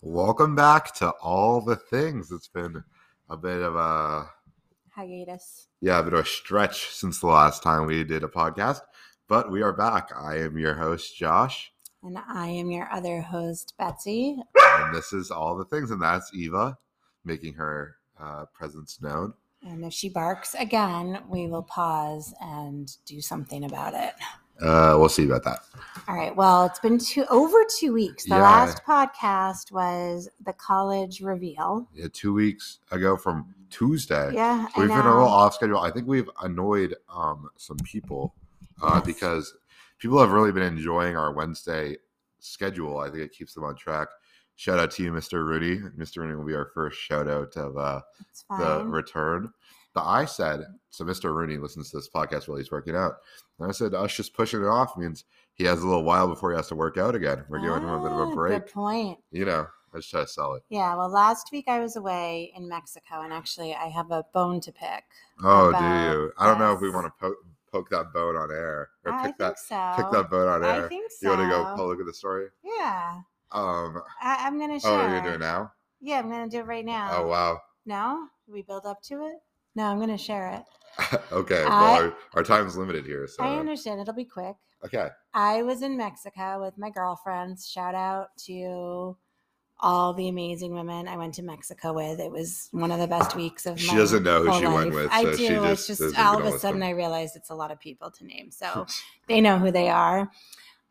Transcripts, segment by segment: Welcome back to all the things. It's been a bit of a hiatus. yeah, a bit of a stretch since the last time we did a podcast, but we are back. I am your host Josh, And I am your other host, Betsy. and this is all the things, and that's Eva making her uh, presence known. And if she barks again, we will pause and do something about it. Uh, we'll see about that. All right. Well, it's been two over two weeks. The Yeah. last podcast was the college reveal. Yeah, two weeks ago from Tuesday, Yeah. I we've been a know. little off schedule. I think we've annoyed um, some people uh, Yes. because people have really been enjoying our Wednesday schedule. I think it keeps them on track. Shout out to you, Mr. Rooney. Mr. Rooney will be our first shout out of uh, It's the fine. return. The I said, so Mr. Rooney listens to this podcast while he's working out. And I said, us just pushing it off means he has a little while before he has to work out again. We're giving him a bit of Ah, a break. Good point. You know, I just try to sell it. Yeah. Well, last week I was away in Mexico, and actually I have a bone to pick. Oh, about do you? I don't know if we this. want to poke, poke that bone on air or I pick think that so. pick that bone on Oh, I air. think so. You want to go public with the story? Yeah. Um. I, I'm gonna share. Oh, you're gonna do it now? Yeah, I'm gonna do it right now. Oh wow. No? Do we build up to it? No, I'm gonna share it. okay. Well, I- our, our time's limited here, so I understand it'll be quick. okay. I was in Mexico with my girlfriends. Shout out to all the amazing women I went to Mexico with. It was one of the best weeks of my She doesn't know who whole she went life. with, I so do. she just it's just doesn't all get of all a this sudden stuff. I realized it's a lot of people to name. So they know who they are.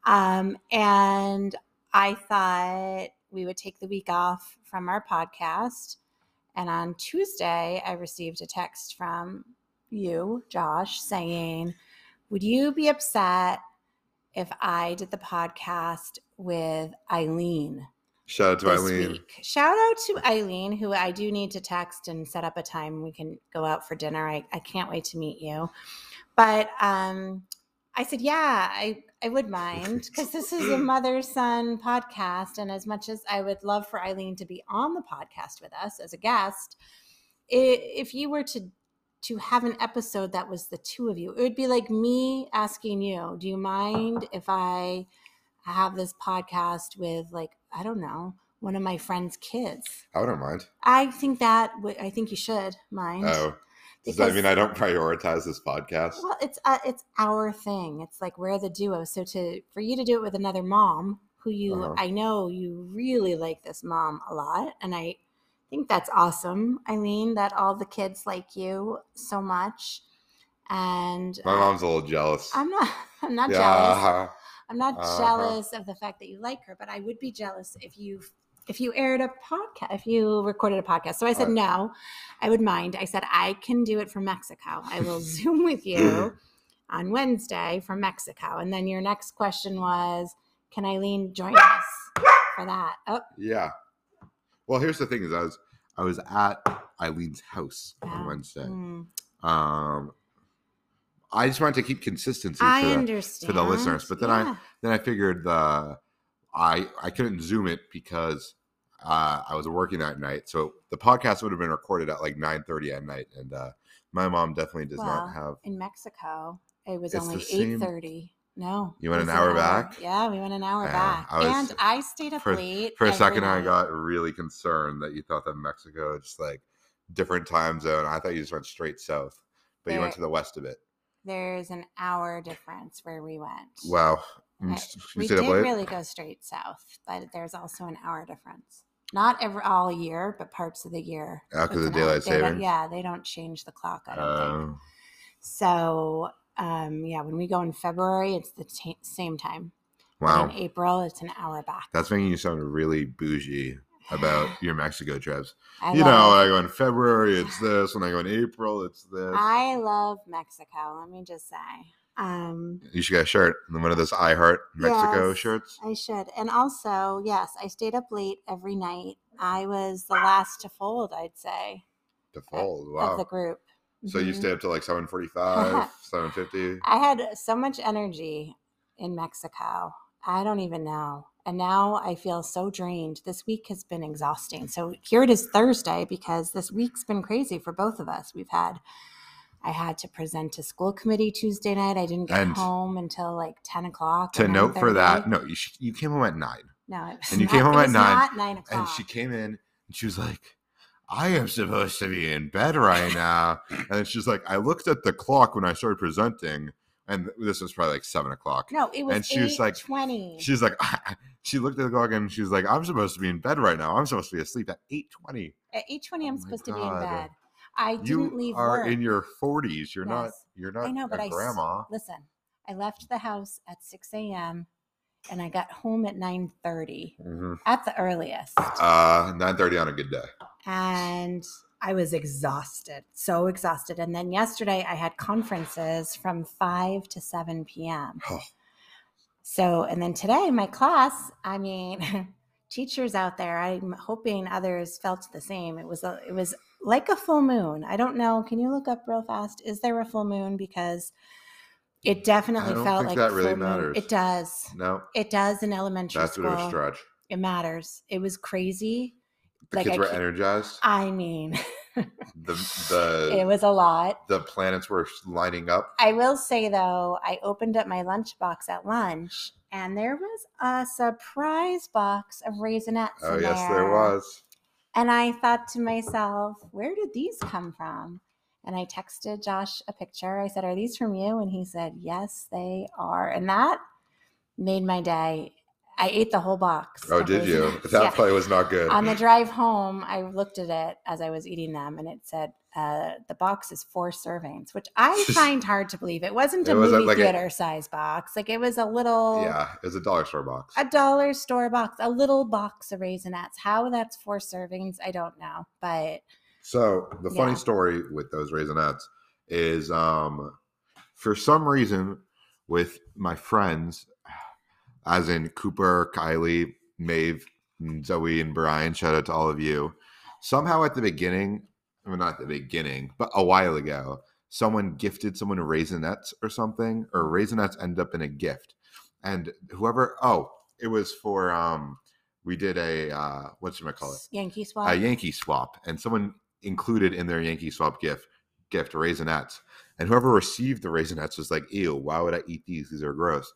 Um, and I thought we would take the week off from our podcast. And on Tuesday, I received a text from you, Josh, saying, Would you be upset if I did the podcast with Eileen? Shout out to this Eileen. week. Shout out to Eileen, who I do need to text and set up a time we can go out for dinner. I, I can't wait to meet you. But um, I said, yeah, I, I would mind because this is a mother son podcast. And as much as I would love for Eileen to be on the podcast with us as a guest, i- if you were to to have an episode that was the two of you, it would be like me asking you, do you mind if I have this podcast with like, I don't know, one of my friend's kids? I wouldn't mind. I think that, w- I think you should mind. Oh, does that mean because- I don't prioritize this podcast? well, it's uh, it's our thing. It's like we're the duo. So to for you to do it with another mom who you Uh-huh. I know you really like this mom a lot, and I think that's awesome, Eileen. That all the kids like you so much, and My uh, mom's a little jealous. I'm not I'm not jealous. yeah. I'm not Uh-huh. jealous of the fact that you like her, but I would be jealous if you if you aired a podcast, if you recorded a podcast. So I said Right. no, I would mind. I said I can do it from Mexico. I will Zoom with you on Wednesday from Mexico. And then your next question was, can Eileen join us for that? Oh, Yeah. Well, here's the thing: is I was I was at Eileen's house on Wow. Wednesday. hmm. Um, I just wanted to keep consistency. For I that. understand. listeners, but then I- Then I figured the I I couldn't zoom it because uh, I was working that night, so the podcast would have been recorded at like nine thirty at night, and uh, my mom definitely does Well, not have. in Mexico, it was It's the only same- eight thirty. No, You it went was an hour back? Yeah, we went an hour Yeah, back, I was- and I stayed up for- late. For a every second, I night. got really concerned that you thought that Mexico is just like different time zone. I thought you just went straight south, but you went There- to the west of it. There's an hour difference where we went. Wow. You I- s- you we stayed did up late? really go straight south, but there's also an hour difference. Not every all year, but parts of the year. Oh, 'cause it's of an hour. daylight They don't- savings? Yeah, they don't change the clock. I don't think Oh. so. Um, yeah, when we go in February, it's the ta same time. But wow. In April, it's an hour back. That's making you sound really bougie about your Mexico trips. I you know, love it. I go in February, it's this. When I go in April, it's this. I love Mexico. Let me just say, um, you should get a shirt. One of those I Heart Mexico Yes. shirts. I should. And also, yes, I stayed up late every night. I was the last to fold, I'd say, To fold. of Wow. the group. So you Mhm. stay up to like 745, 750. I had so much energy in Mexico. I don't even know. And now I feel so drained. This week has been exhausting. So here it is Thursday because this week's been crazy for both of us. We've had I had to present to school committee Tuesday night. I didn't get And home until like 10 o'clock. or To note for 9:30. that, no, you, sh- you came home at 9. No, it was And you not- came home it at was nine, Not nine o'clock. And she came in and she was like, I am supposed to be in bed right now. And she's like, I looked at the clock when I started presenting, and this was probably like seven o'clock. no, it was. and she was like- 20. She's like, she looked at the clock and she's like, I'm supposed to be in bed right now. I'm supposed to be asleep at 8:20. At eight twenty, I'm Oh my supposed to be in God. bed. I didn't You leave are work. in your 40s. You're not. Yes. You're not. I know, but a I s- grandma. Listen, I left the house at six a.m. and I got home at nine thirty Mhm. at the earliest, Uh, 9:30 on a good day. and I was exhausted, so exhausted. And then yesterday, I had conferences from five to seven p.m. Oh. So, and then today, my class. I mean. Teachers out there, I'm hoping others felt the same. It was a, it was like a full moon. I don't know. Can you look up real fast? Is there a full moon? Because it definitely don't felt think like that a really full moon. matters. It does. No, It does in elementary that's a school. bit of a stretch. It matters. It was crazy. The Like, kids I were can't- energized. I mean, The the it was a lot. the planets were lining up. I will say though, I opened up my lunchbox at lunch, and there was a surprise box of raisinets. Oh in yes, there was. And I thought to myself, where did these come from? And I texted Josh a picture. I said, Are these from you? And he said, Yes, they are. And that made my day. I ate the whole box. Oh, of did you? Raisinets. That Yeah. probably was not good. On the drive home, I looked at it as I was eating them and it said, uh, The box is four servings, which I find hard to believe. It wasn't a It wasn't movie like a- theater size box. Like it was a little. yeah, it was a dollar store box. A dollar store box, a little box of raisinets. How that's four servings, I don't know. But So the funny Yeah. story with those raisinets is, um, for some reason, with my friends, as in Cooper, Kylie, Maeve, and Zoe, and Brian. Shout out to all of you. Somehow at the beginning, well, not the beginning, but a while ago, someone gifted someone raisinets or something, or raisinets ended up in a gift, and whoever. Oh, it was for um. We did a uh, what should I call it? Yankee Swap. a Yankee swap, and someone included in their Yankee swap gift gift raisinets. And whoever received the raisinets was like, "Ew, why would I eat these? These are gross."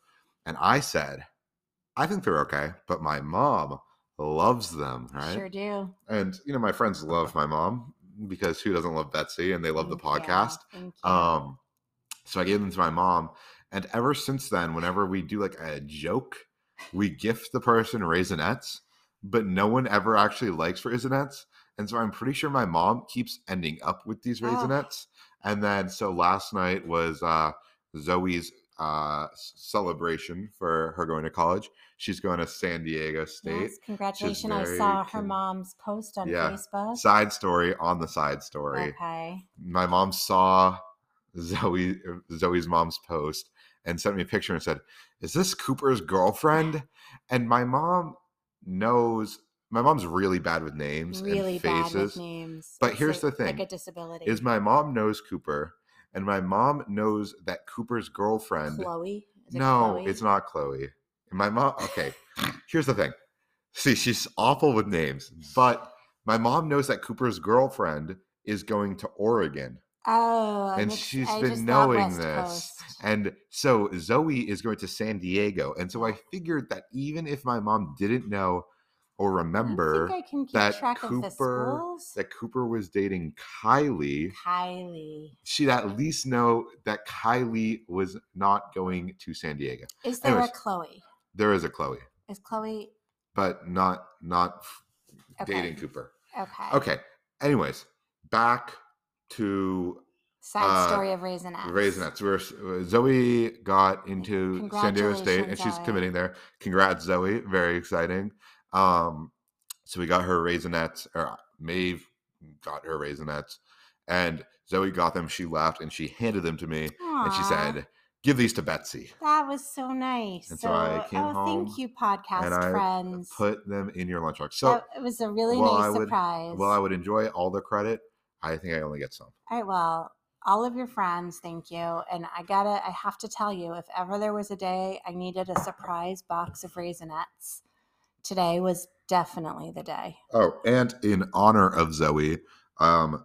And I said, "I think they're okay, but my mom loves them, right?" Sure do. And you know, my friends love my mom because who doesn't love Betsy? And they love the Thank you, podcast. thank you. Um, so I gave them to my mom, and ever since then, whenever we do like a joke, we gift the person raisinets, but no one ever actually likes raisinets, and so I'm pretty sure my mom keeps ending up with these Oh. raisinets. And then so last night was uh, Zoe's uh, s- celebration for her going to college. She's going to San Diego State. yes, congratulations. I very saw her con- mom's post on Yeah. Facebook. Side story on the side story. Okay. my mom saw Zoe Zoe's mom's post and sent me a picture and said, "Is this Cooper's girlfriend?" And my mom knows my mom's really bad with names Really and bad with faces. names. But It's here's like- the thing, Like a disability. Is my mom knows Cooper and my mom knows that Cooper's girlfriend Chloe? Is it No, Chloe? it's not Chloe. My mom okay. Here's the thing. See, she's awful with names, but my mom knows that Cooper's girlfriend is going to Oregon. Oh, and she's she's been knowing this. And so Zoe is going to San Diego. And so I figured that even if my mom didn't know or remember I think I can keep that track of the Cooper- schools. that Cooper was dating Kylie, Kylie. she'd at least know that Kylie was not going to San Diego. Is there Anyways. a Chloe? There is a Chloe, Is Chloe but not not f- Okay. dating Cooper. okay? Okay. Anyways, back to Side uh, story of Raisinets. Raisinets. We're, uh, Zoe got into San Diego State and Congratulations, she's Zoe. committing there. Congrats, Zoe. Very exciting. Um, so we got her Raisinets, or uh, Maeve got her Raisinets, and Zoe got them. She left and she handed them to me and she Aw. said, Give these to Betsy. That was so nice. And so I came oh, home, thank you, podcast and I friends. Put them in your lunchbox. So That- it was a really well, nice I would- surprise. while I would enjoy all the credit, I think I only get some. All right, well, all of your friends, thank you. And I gotta, I have to tell you, if ever there was a day I needed a surprise box of raisinets, today was definitely the day. Oh, and in honor of Zoe, um,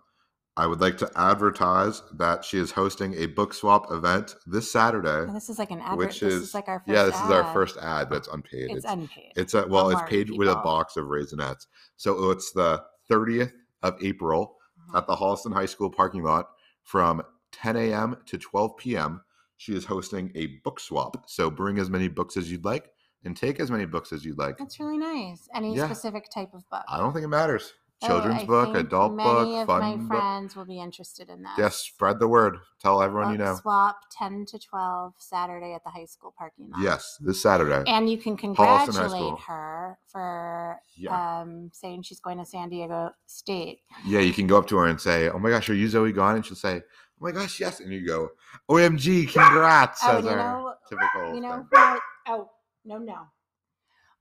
I would like to advertise that she is hosting a book swap event this Saturday. And this is like an advert. Which this is- is like our first yeah, this is our ad. first ad, but it's unpaid. It's, It's unpaid. it's a well, it's Walmart paid with a people. box of raisinettes. So it's the 30th of April Uh-huh. at the Holliston High School parking lot from 10 a.m. to 12 p.m. She is hosting a book swap. So bring as many books as you'd like and take as many books as you'd like. That's really nice. Any Yeah. specific type of book? I don't think it matters. Oh, Children's I book, think adult many book, of fun my book. friends will be interested in that. Yes, spread the word. Tell everyone you Book know. Swap 10 to 12 Saturday at the high school parking lot. Yes, this Saturday. And you can High congratulate School. her for yeah. um, saying she's going to San Diego State. Yeah, you can go up to her and say, "Oh my gosh, are you Zoe gone?" And she'll say, "Oh my gosh, yes." And you go, "OMG, congrats!" Oh, as you our know- typical. You know, thing. who I- oh, no, no.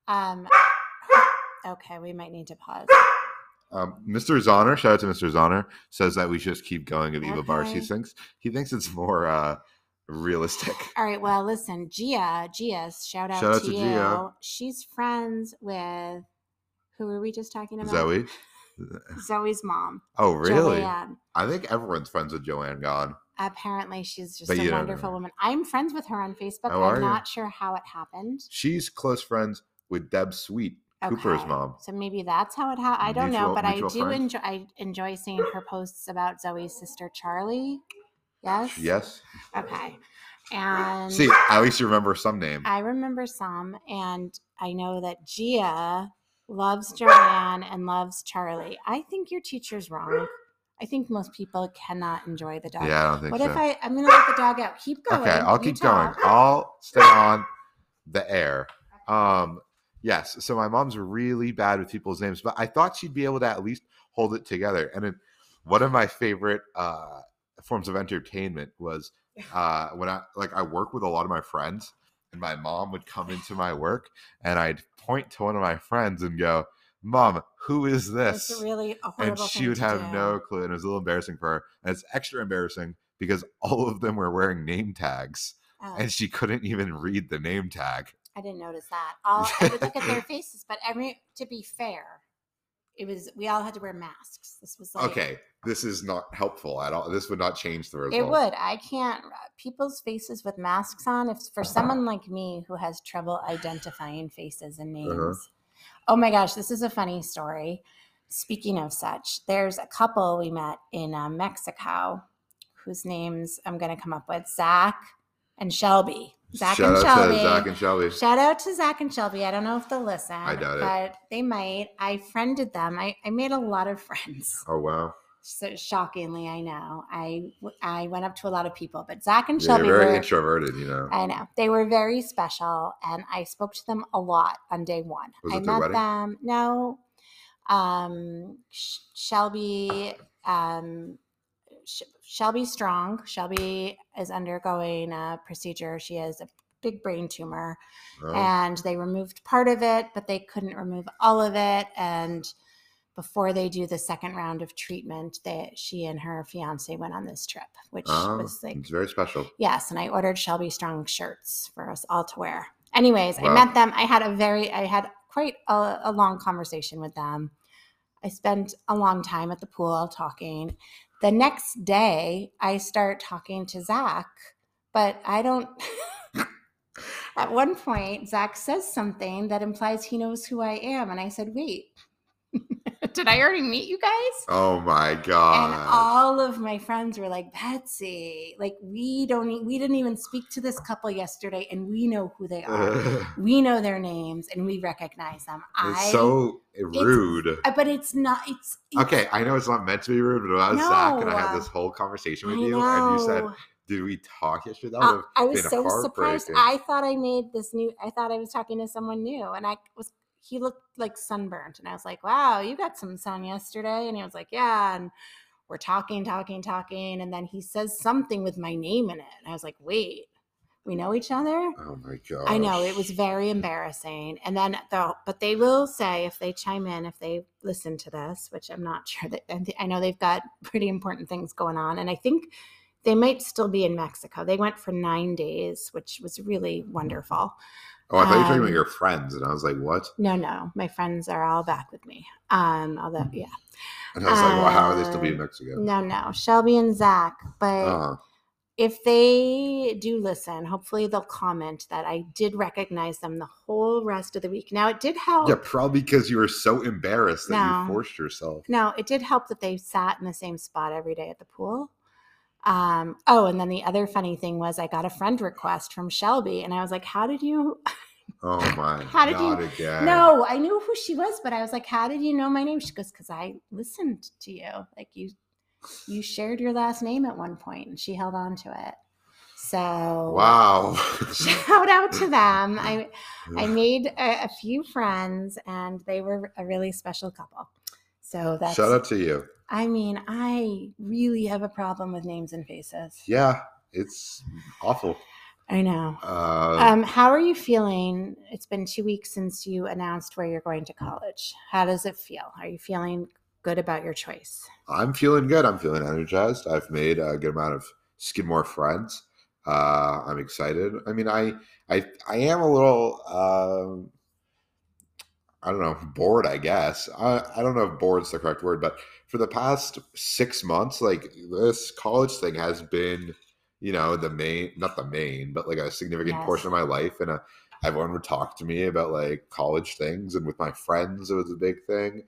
Um, okay, we might need to pause. Um, Mr. Zonner, shout out to Mr. Zonner, says that we should just keep going of Eva Bars. He Okay. thinks he thinks it's more uh, realistic. All right. Well, listen, Gia, Gia's shout out, Shout out to, to you. Gia. She's friends with who were we just talking about? Zoe. Zoe's mom. Oh, really? Joanne. I think everyone's friends with Joanne Gone. Apparently, she's just But you a don't wonderful know. woman. I'm friends with her on Facebook. How are I'm you? not sure how it happened. She's close friends with Deb Sweet, Cooper's Okay, mom. So maybe that's how it happened. I don't Mutual- know, but I mutual do friend? enjoy. I enjoy seeing her posts about Zoe's sister Charlie. Yes. Yes. Okay. And See, at least you remember some name. I remember some, and I know that Gia loves Joanne and loves Charlie. I think your teacher's wrong. I think most people cannot enjoy the dog. yeah, I don't think what so. if I? I'm gonna let the dog out. Keep going. Okay, I'll You keep talk. going. I'll stay on the air. Um, yes. So my mom's really bad with people's names, but I thought she'd be able to at least hold it together. And then one of my favorite uh, forms of entertainment was uh, when I like I work with a lot of my friends, and my mom would come into my work, and I'd point to one of my friends and go, "Mom, who is this?" It's really a horrible and she thing would to have do. no clue and it was a little embarrassing for her and it's extra embarrassing because all of them were wearing name tags Oh. and she couldn't even read the name tag I didn't notice that. All I would look at their faces, but every to be fair, it was we all had to wear masks. This was like okay this is not helpful at all this would not change the result It would. I can't. uh, People's faces with masks on. If for Uh-huh. someone like me who has trouble identifying faces and names. Uh-huh. Oh my gosh, this is a funny story. Speaking of such, there's a couple we met in uh, Mexico, whose names I'm going to come up with: Zach and Shelby. Zach shout and out Shelby. to zach and shelby Shout out to Zach and Shelby. I don't know if they'll listen. I doubt it. But they might. I friended them. I, I made a lot of friends. oh wow So shockingly, I know. I w- I went up to a lot of people, but Zach and you're Shelby very were introverted you know I know. They were very special and I spoke to them a lot on day one. Was I it their met wedding? them. No. Um Sh- Shelby um Sh- Shelby Strong. Shelby is undergoing a procedure. She has a big brain tumor Oh, and they removed part of it, but they couldn't remove all of it. And before they do the second round of treatment, that she and her fiance went on this trip, which oh, was like it's very special yes. And I ordered Shelby Strong shirts for us all to wear. Anyways, Wow. I met them. I had a very, I had quite a, a long conversation with them. I spent a long time at the pool talking. The next day, I start talking to Zach, but I don't. At one point, Zach says something that implies he knows who I am. And I said, wait, did I already meet you guys? oh my And god all of my friends were like, Betsy, like we don't, e- we didn't even speak to this couple yesterday and we know who they Uh-huh. are. we know their names and we recognize them. I, it's so rude Uh, but it's not, it's, it's- Okay, I know it's not meant to be rude, but if I was Zach and I had No. this whole conversation with I you, and you said, know. "Did we talk yesterday?" That Uh, would've- I was been so surprised. heartbreaking. I thought I made this new. I thought I was talking to someone new, and I was. He looked like sunburnt, and I was like, "Wow, you got some sun yesterday." And he was like, "Yeah." And we're talking, talking, talking, and then he says something with my name in it, and I was like, "Wait, we know each other." oh my god! I know it was very embarrassing. And then though, but they will say if they chime in, if they listen to this, which I'm not sure that I thi- I know they've got pretty important things going on, and I think they might still be in Mexico. They went for nine days, which was really Mm-hmm. wonderful. Oh, I thought you were talking about um, your friends, and I was like, "What?" Mm-hmm, No, no, my friends are all back with me. Um, although yeah, And I was like, well, how are they still being Um, Mexico? No, no, Shelby and Zach. But Uh, if they do listen, hopefully they'll comment that I did recognize them the whole rest of the week. Now it did help. yeah, probably because you were so embarrassed that you Oh. No. forced yourself. No, it did help that they sat in the same spot every day at the pool. Um, oh, and then the other funny thing was I got a friend request from Shelby, and I was like, "How did you?" Oh my! How did you- not Again. No, I knew who she was, but I was like, "How did you know my name?" She goes, "Because I listened to you. Like you, you shared your last name at one point, and she held on to it." So Wow. shout out to them. I I made a, a few friends, and they were a really special couple. So that's Shout out to you. I mean, I really have a problem with names and faces. Yeah, it's awful. I know. Uh, Um, how are you feeling? It's been two weeks since you announced where you're going to college. How does it feel? Are you feeling good about your choice? I'm feeling good. I'm feeling energized. I've made a good amount of Skidmore friends. Uh, I'm excited. I mean, I, I, I am a little, um, I don't know, bored. I guess I, I don't know if bored's the correct word, but for the past six months, like this college thing has been, you know, the main, not the main, but like a significant Yes. portion of my life, and uh everyone would talk to me about like college things, and with my friends, it was a big thing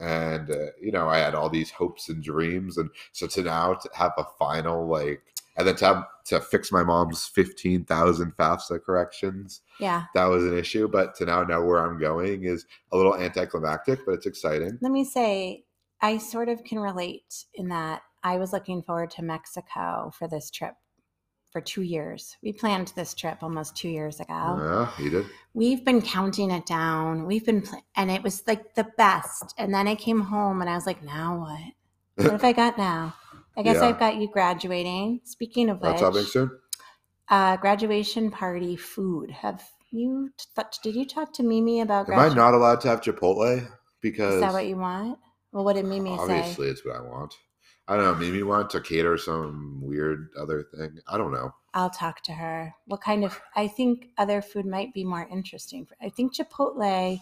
and uh, you know i had all these hopes and dreams and so to now to have a final like and then to have to fix my mom's 15000 fafsa corrections Yeah. that was an issue but to now know where i'm going is a little anticlimactic but it's exciting Let me say, I sort of can relate in that I was looking forward to Mexico for this trip for two years. We planned this trip almost two years ago. yeah you did we've been counting it down. We've been, pl- and it was like the best. And then I came home and I was like, now what? What have I got now? I guess Yeah. I've got you graduating. Speaking of that's happening which, soon uh, graduation party food. Have you th- did you talk to Mimi about? am i gradu- not allowed to have chipotle Is that what because you want? Well, what did Mimi say? obviously it's what i want i don't know maybe want to cater some weird other thing i don't know I'll talk to her. What kind of? I think other food might be more interesting. For, I think Chipotle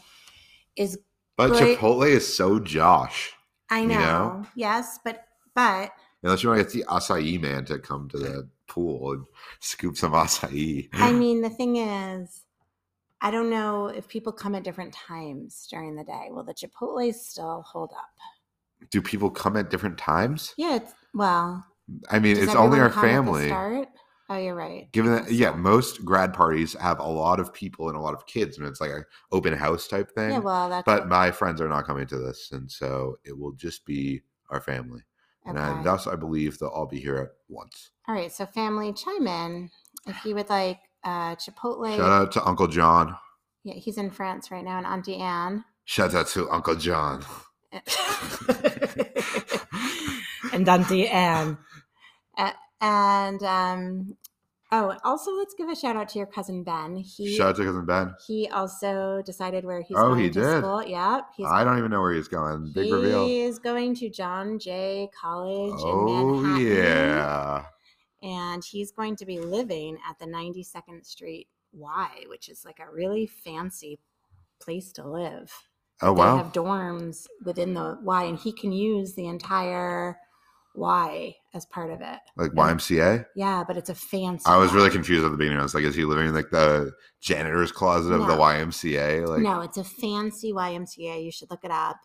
is but Great. chipotle is so josh I You know. know? Yes, but but Unless you want to get the acai man to come to the pool and scoop some acai. I mean, the thing is, I don't know if people come at different times during the day. Will the Chipotle still hold up? Do people come at different times? Yeah, it's well. I mean, does it's only everyone our come at the family. start? Oh, you're right. Given I that, guess yeah, so. most grad parties have a lot of people and a lot of kids, and it's like an open house type thing. Yeah, well, that's but what- my friends are not coming to this, and so it will just be our family. And I, okay. thus, I believe they'll all be here at once. all right. So, family, chime in if you would like uh, Chipotle. Shout out to Uncle John. Yeah, he's in France right now, and Auntie Anne. Shout out to Uncle John. and Auntie Anne. Uh, and um, oh, also let's give a shout out to your cousin Ben. He Shout out to cousin Ben. he also decided where he's Oh, going he to did. school. Yep, he's I don't even know where he's going. Big he reveal. is going to John Jay College in Oh Manhattan. yeah. and he's going to be living at the 92nd Street Y, which is like a really fancy place to live. Oh they wow. have dorms within the Y, and he can use the entire Y as part of it. Like YMCA. Yeah, but it's a fancy. I was Y. really confused at the beginning. I was like, is he living in like the janitor's closet of the No. YMCA? Like no, it's a fancy YMCA. You should look it up.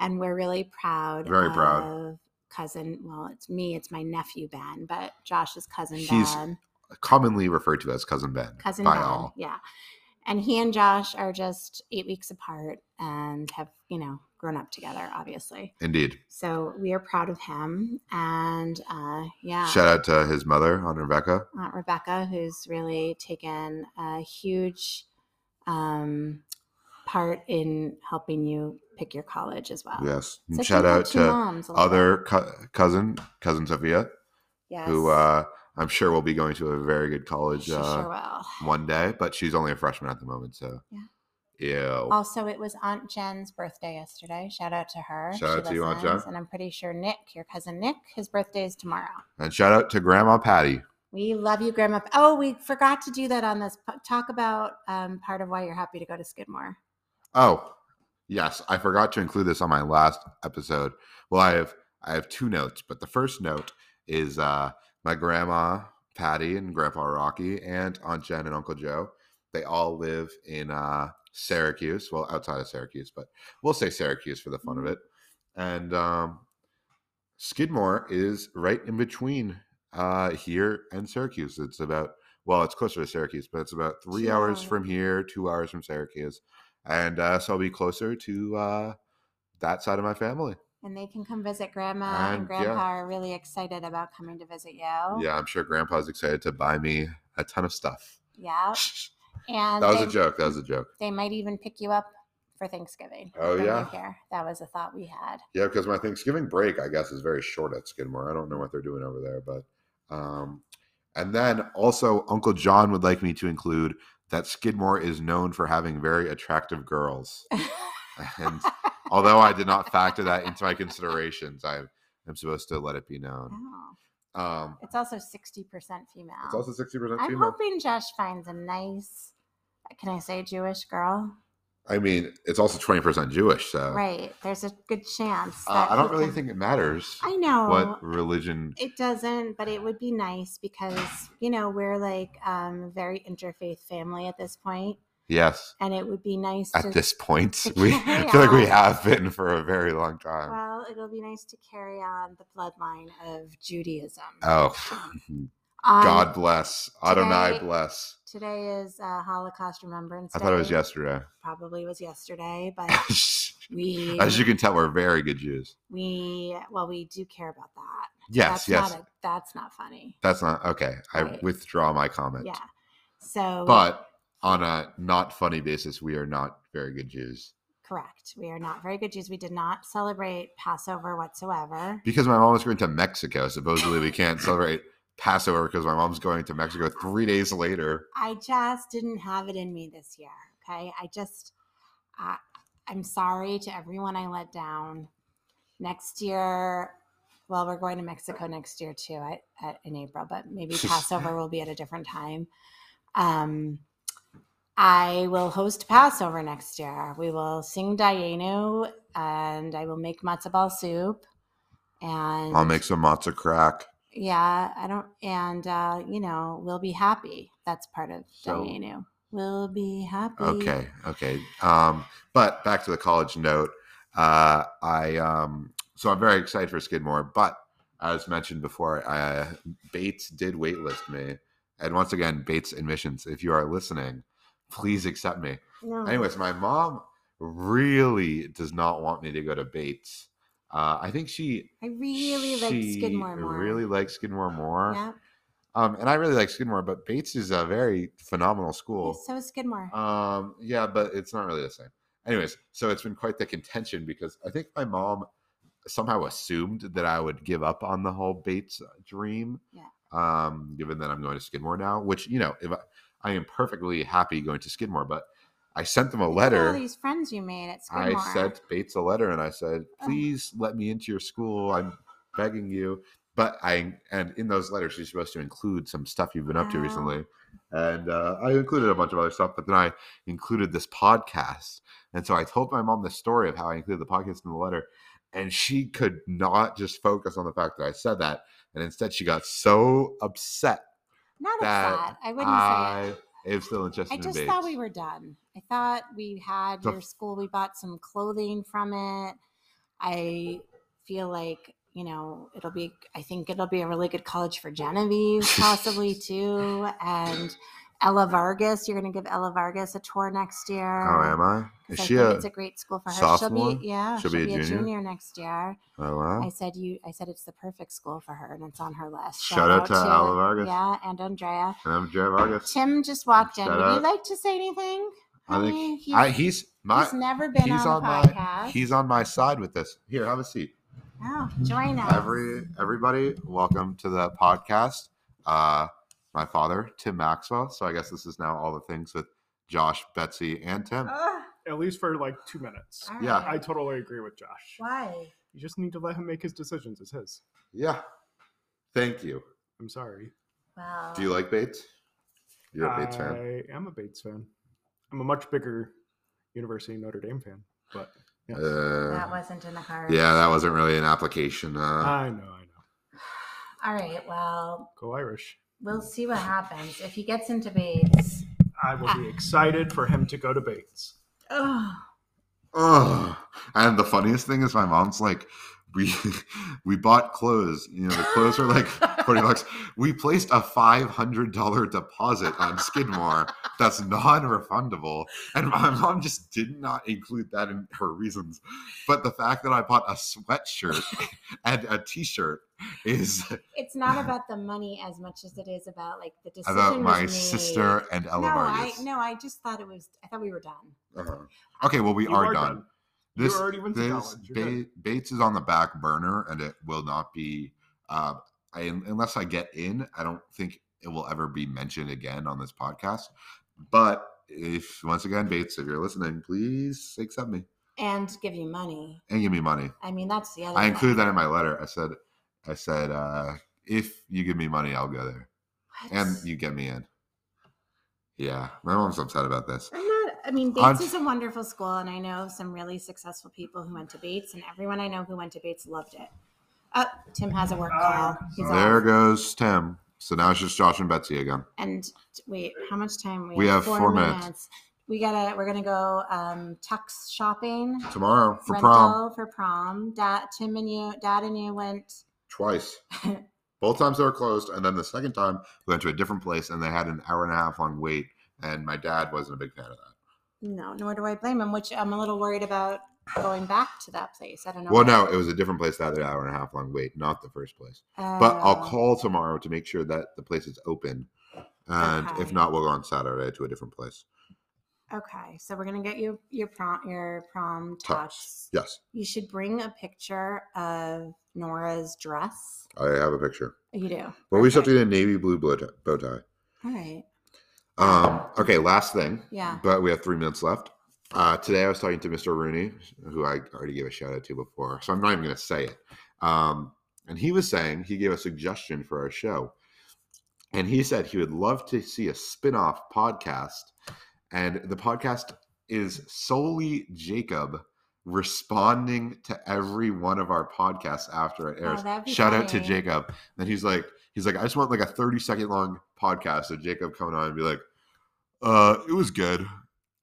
And we're really proud. Very proud. Of cousin. Well, it's me. It's my nephew Ben, but Josh's cousin He's- Ben. commonly referred to as cousin Ben. Cousin by Ben. all. Yeah. And he and Josh are just eight weeks apart and have, you know, grown up together, obviously. Indeed. So we are proud of him. And uh, yeah. Shout out to his mother, Aunt Rebecca. Aunt Rebecca, who's really taken a huge um, part in helping you pick your college as well. Yes. And So Shout she had out two to moms a little other co- cousin, cousin Sophia, bit. yes. who uh, I'm sure will be going to a very good college she sure uh, will. one day, but she's only a freshman at the moment. So, ew. Also, it was Aunt Jen's birthday yesterday. Shout out to her. Shout out to you, Aunt listens, Jen. And I'm pretty sure Nick, your cousin Nick, his birthday is tomorrow. And shout out to Grandma Patty. We love you, Grandma. Oh, we forgot to do that on this. po- Talk about um, part of why you're happy to go to Skidmore. Oh, Yes, I forgot to include this on my last episode. Well, I have I have two notes, but the first note is uh, my grandma Patty and Grandpa Rocky and Aunt Jen and Uncle Joe. They all live in uh, Syracuse. Well, outside of Syracuse, but we'll say Syracuse for the fun of it. And um, Skidmore is right in between uh, here and Syracuse. It's about well, it's closer to Syracuse, but it's about three Two hours hours. from here, two hours from Syracuse, and uh, so I'll be closer to uh, that side of my family. And they can come visit grandma And, and, yeah. grandpa are really excited about coming to visit you. Yeah, I'm sure Grandpa's excited to buy me a ton of stuff. Yeah. That And was they, a joke. That was a joke. they might even pick you up for Thanksgiving. Oh, when you're yeah. Here. That was a thought we had. Yeah, because my Thanksgiving break, I guess, is very short at Skidmore. I don't know what they're doing over there, but um, and then also Uncle John would like me to include that Skidmore is known for having very attractive girls. And although I did not factor that into my considerations, I am supposed to let it be known. Wow. Um, It's also 60% female. it's also sixty percent I'm female. hoping Josh finds a nice, can I say Jewish girl? I mean, it's also twenty percent Jewish, so Right. There's a good chance. uh, that I don't he really can- think it matters I know. what religion It doesn't, but it would be nice because, you know, we're like um very interfaith family at this point, Yes, And it would be nice to at this point, to we I carry feel like we on. have been for a very long time. well, it'll be nice to carry on the bloodline of Judaism. oh, On- God bless Adonai today- bless. Today is uh, Holocaust Remembrance I thought it was Day. yesterday. Probably was yesterday, but As we you can tell, we're very good Jews. we well we do care about that. Yes, that's yes, Not a, that's not funny. that's not okay. I Right. withdraw my comment. Yeah. So But on a not funny basis, we are not very good Jews correct. We are not very good Jews. We did not celebrate Passover whatsoever. because my mom was going to Mexico. Supposedly, we can't celebrate Passover because my mom's going to Mexico three days later. I just didn't have it in me this year. Okay. I just, I, I'm sorry to everyone I let down. Next year, well, we're going to Mexico next year too I, at, in April, but maybe Passover will be at a different time. Um, I will host Passover next year. We will sing Dayenu and I will make matzo ball soup. And I'll make some matzah crack. yeah, I don't, and uh, you know, we'll be happy. That's part of So- Dayenu. We'll be happy. Okay, okay. Um, but back to the college note. Uh, I um, so I'm very excited for Skidmore, but as mentioned before, uh, Bates did waitlist me, and once again, Bates admissions. If you are listening, please accept me. No. Anyways, my mom really does not want me to go to Bates. Uh, I think she I really like she Skidmore more. Really likes Skidmore more. yeah, Um, and I really like Skidmore, but Bates is a very phenomenal school. so is Skidmore. Um, yeah, but it's not really the same. Anyways, so it's been quite the contention because I think my mom somehow assumed that I would give up on the whole Bates uh, dream. Yeah. Um, given that I'm going to Skidmore now, which you know, if I, I am perfectly happy going to Skidmore, but I sent them a Look at all letter. these friends you made at I Skidmore. sent Bates a letter and I said, Oh. "Please let me into your school. I'm begging you." But I and in those letters, she's supposed to include some stuff you've been up to Wow. recently, and uh, I included a bunch of other stuff. But then I included this podcast, and so I told my mom the story of how I included the podcast in the letter, and she could not just focus on the fact that I said that, and instead she got so upset. Not that upset. I wouldn't say. I it. am still interested I in just Bates. thought we were done. I thought we had The- your school. We bought some clothing from it. I feel like you know it'll be. I think it'll be a really good college for Genevieve, possibly too, and Ella Vargas. You're going to give Ella Vargas a tour next year. How Oh, am I? 'cause Is I she think a? it's a great school for her. sophomore? She'll be yeah, she'll, be, a, junior? next year. oh, wow. I said you I said it's the perfect school for her and it's on her list. Shout out to Ala Vargas. Yeah, and Andrea. And I'm Jared Vargas. Tim just walked in. Shout Would you out. like to say anything? I Honey, think he's, I, he's my he's never been he's on the on my- podcast. he's on my side with this. Here, have a seat. oh, join us. Every everybody, welcome to the podcast. Uh, my father, Tim Maxwell. So I guess this is now all the things with Josh, Betsy, and Tim. Ugh, at least for like two minutes. all Yeah. right. I totally agree with Josh. Why? You just need to let him make his decisions. It's his. Yeah. Thank you. I'm sorry. Well Do you like Bates? You're a Bates fan. I am a Bates fan. I'm a much bigger University of Notre Dame fan. But yeah. that Uh, wasn't in the heart. yeah, that wasn't really an application. Uh, I know, I know. All right. Well, Go Irish. we'll see what happens. If he gets into Bates, I will be excited for him to go to Bates. oh, Uh. ugh. And the funniest thing is, my mom's like, we we bought clothes. You know, the clothes were like forty bucks. We placed a five hundred dollar deposit on Skidmore that's non-refundable, and my mom just did not include that in her reasons. But the fact that I bought a sweatshirt and a T-shirt is it's not about the money as much as it is about like the decision about was my made. sister and No, Ella I Vargas. no, I just thought it was. I thought we were done. Uh-huh. Okay, well we You are, done. You This already went to this college. You're ba- Bates is on the back burner, and it will not be. Uh, I, unless I get in, I don't think it will ever be mentioned again on this podcast. But if once again, Bates, if you're listening, please accept me And give you money. and give me money. I mean, that's the other. I thing. included that in my letter. I said, I said, uh, if you give me money, I'll go there, What? and you get me in. Yeah, my mom's upset about this. I'm not. I mean, Bates On- is a wonderful school, and I know some really successful people who went to Bates, and everyone I know who went to Bates loved it. Oh, Tim has a work call. He's There off. goes Tim. So now it's just Josh and Betsy again. And wait, how much time? We have four minutes. We gotta. We're gonna go um, tux shopping. Tomorrow for rental prom. For prom. Dad, Tim and you, Dad and you went. twice. Both times they were closed, and then the second time we went to a different place, and they had an hour and a half on wait. And my dad wasn't a big fan of that. No, nor do I blame him. Which I'm a little worried about going back to that place. I don't know. Well, why. no, it was a different place that had an hour and a half long wait, not the first place. But I'll Oh. call tomorrow to make sure that the place is open, and if Okay. not, we'll go on Saturday to a different place. Okay, so we're gonna get you your prom your prom Tux. tux. Yes, You should bring a picture of Nora's dress. I have a picture. You do. Well, we just have to Perfect. get a navy blue bow tie- bow tie. All right. Um, okay, last thing. Yeah. But we have three minutes left. Uh, today I was talking to Mr. Rooney, who I already gave a shout out to before, so I'm not even going to say it. Um, and he was saying he gave a suggestion for our show, and he said he would love to see a spin-off podcast, and the podcast is solely Jacob responding to every one of our podcasts after it Oh, airs. that'd be shout out to funny. Jacob. Then he's like, he's like, I just want like a 30 second long podcast of Jacob coming on and be like, uh, it was good,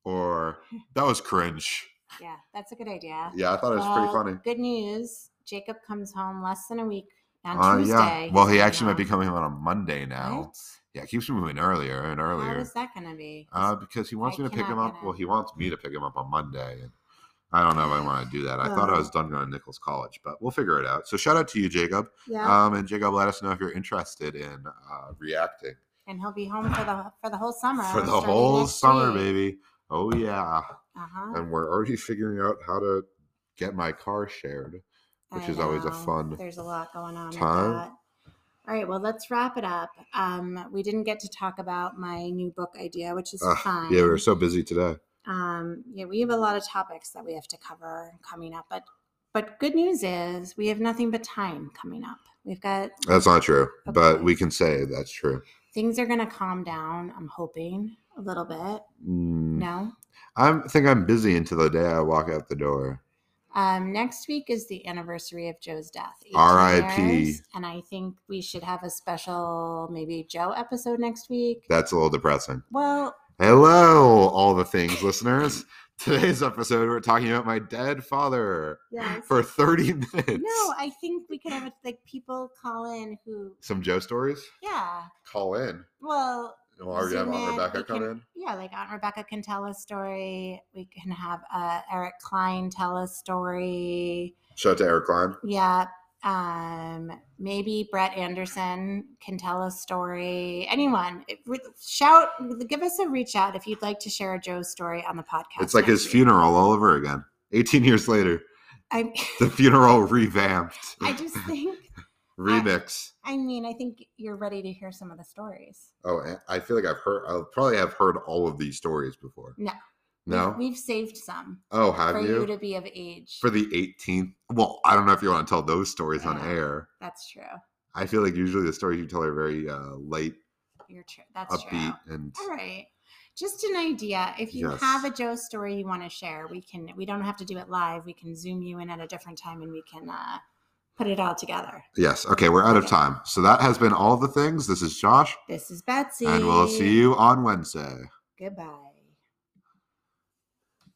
or that was cringe. Yeah, that's a good idea. Yeah, I thought it was pretty Well, funny. Good news. Jacob comes home less than a week on Uh, Tuesday. yeah. he's Well, he coming actually might be home. coming home on a Monday now. What? Yeah, it keeps moving earlier and How earlier. is that gonna be? Uh, because he wants I me to pick him cannot up. get Well, it. he wants me to pick him up on Monday. And I don't know if I want to do that. I thought I Well. was done going to Nichols College, but we'll figure it out. So shout out to you, Jacob. yeah. Um, and Jacob, let us know if you're interested in uh, reacting and he'll be home for the for the whole summer. for the whole summer, baby. Oh yeah, Uh huh. and we're already figuring out how to get my car shared. which is always a fun There's a lot going on. with time. that. All right, well, let's wrap it up. Um, we didn't get to talk about my new book idea, which is Ugh, fun. Yeah, we were so busy today. um, yeah, we have a lot of topics that we have to cover coming up, but but good news is we have nothing but time coming up. We've got That's not true, but Okay. we can say that's true. things are going to calm down. I'm hoping a little bit. Mm, No, I think I'm busy until the day I walk out the door. Um, next week is the anniversary of Joe's death. 18 R.I.P.. years, And I think we should have a special, maybe Joe episode next week. That's a little depressing. Well, Hello, all the things, listeners. Today's episode, we're talking about my dead father yes. for 30 minutes. no, I think we could have like people call in who, Some Joe stories? yeah. Call in. Well, We'll already have zoom Aunt in, Rebecca we come can- in. Yeah, like Aunt Rebecca can tell a story. We can have uh, Eric Klein tell a story. Shout out to Eric Klein. Yeah. Um, maybe Brett Anderson can tell a story. Anyone, it- re- shout, give us a reach out if you'd like to share a Joe story on the podcast. It's like next his week. funeral all over again. 18 years later, I, the funeral revamped, I just think, remix. I mean, I think you're ready to hear some of the stories. Oh, and I feel like I've heard, I'll probably have heard all of these stories before. No. No? We've, we've saved some oh, have for you? you? to be of age. for the 18th. Well, I don't know if you want to tell those stories on Yeah. air. that's true. I feel like usually the stories you tell are very uh, light, You're true. That's true. upbeat, and All right. just an idea. If you Yes. have a Joe story you want to share, we can. We don't have to do it live. We can zoom you in at a different time, and we can uh, put it all together. Yes. Okay, we're out of Okay. time. So that has been all the things. This is Josh, This is Betsy, and we'll see you on Wednesday. Goodbye.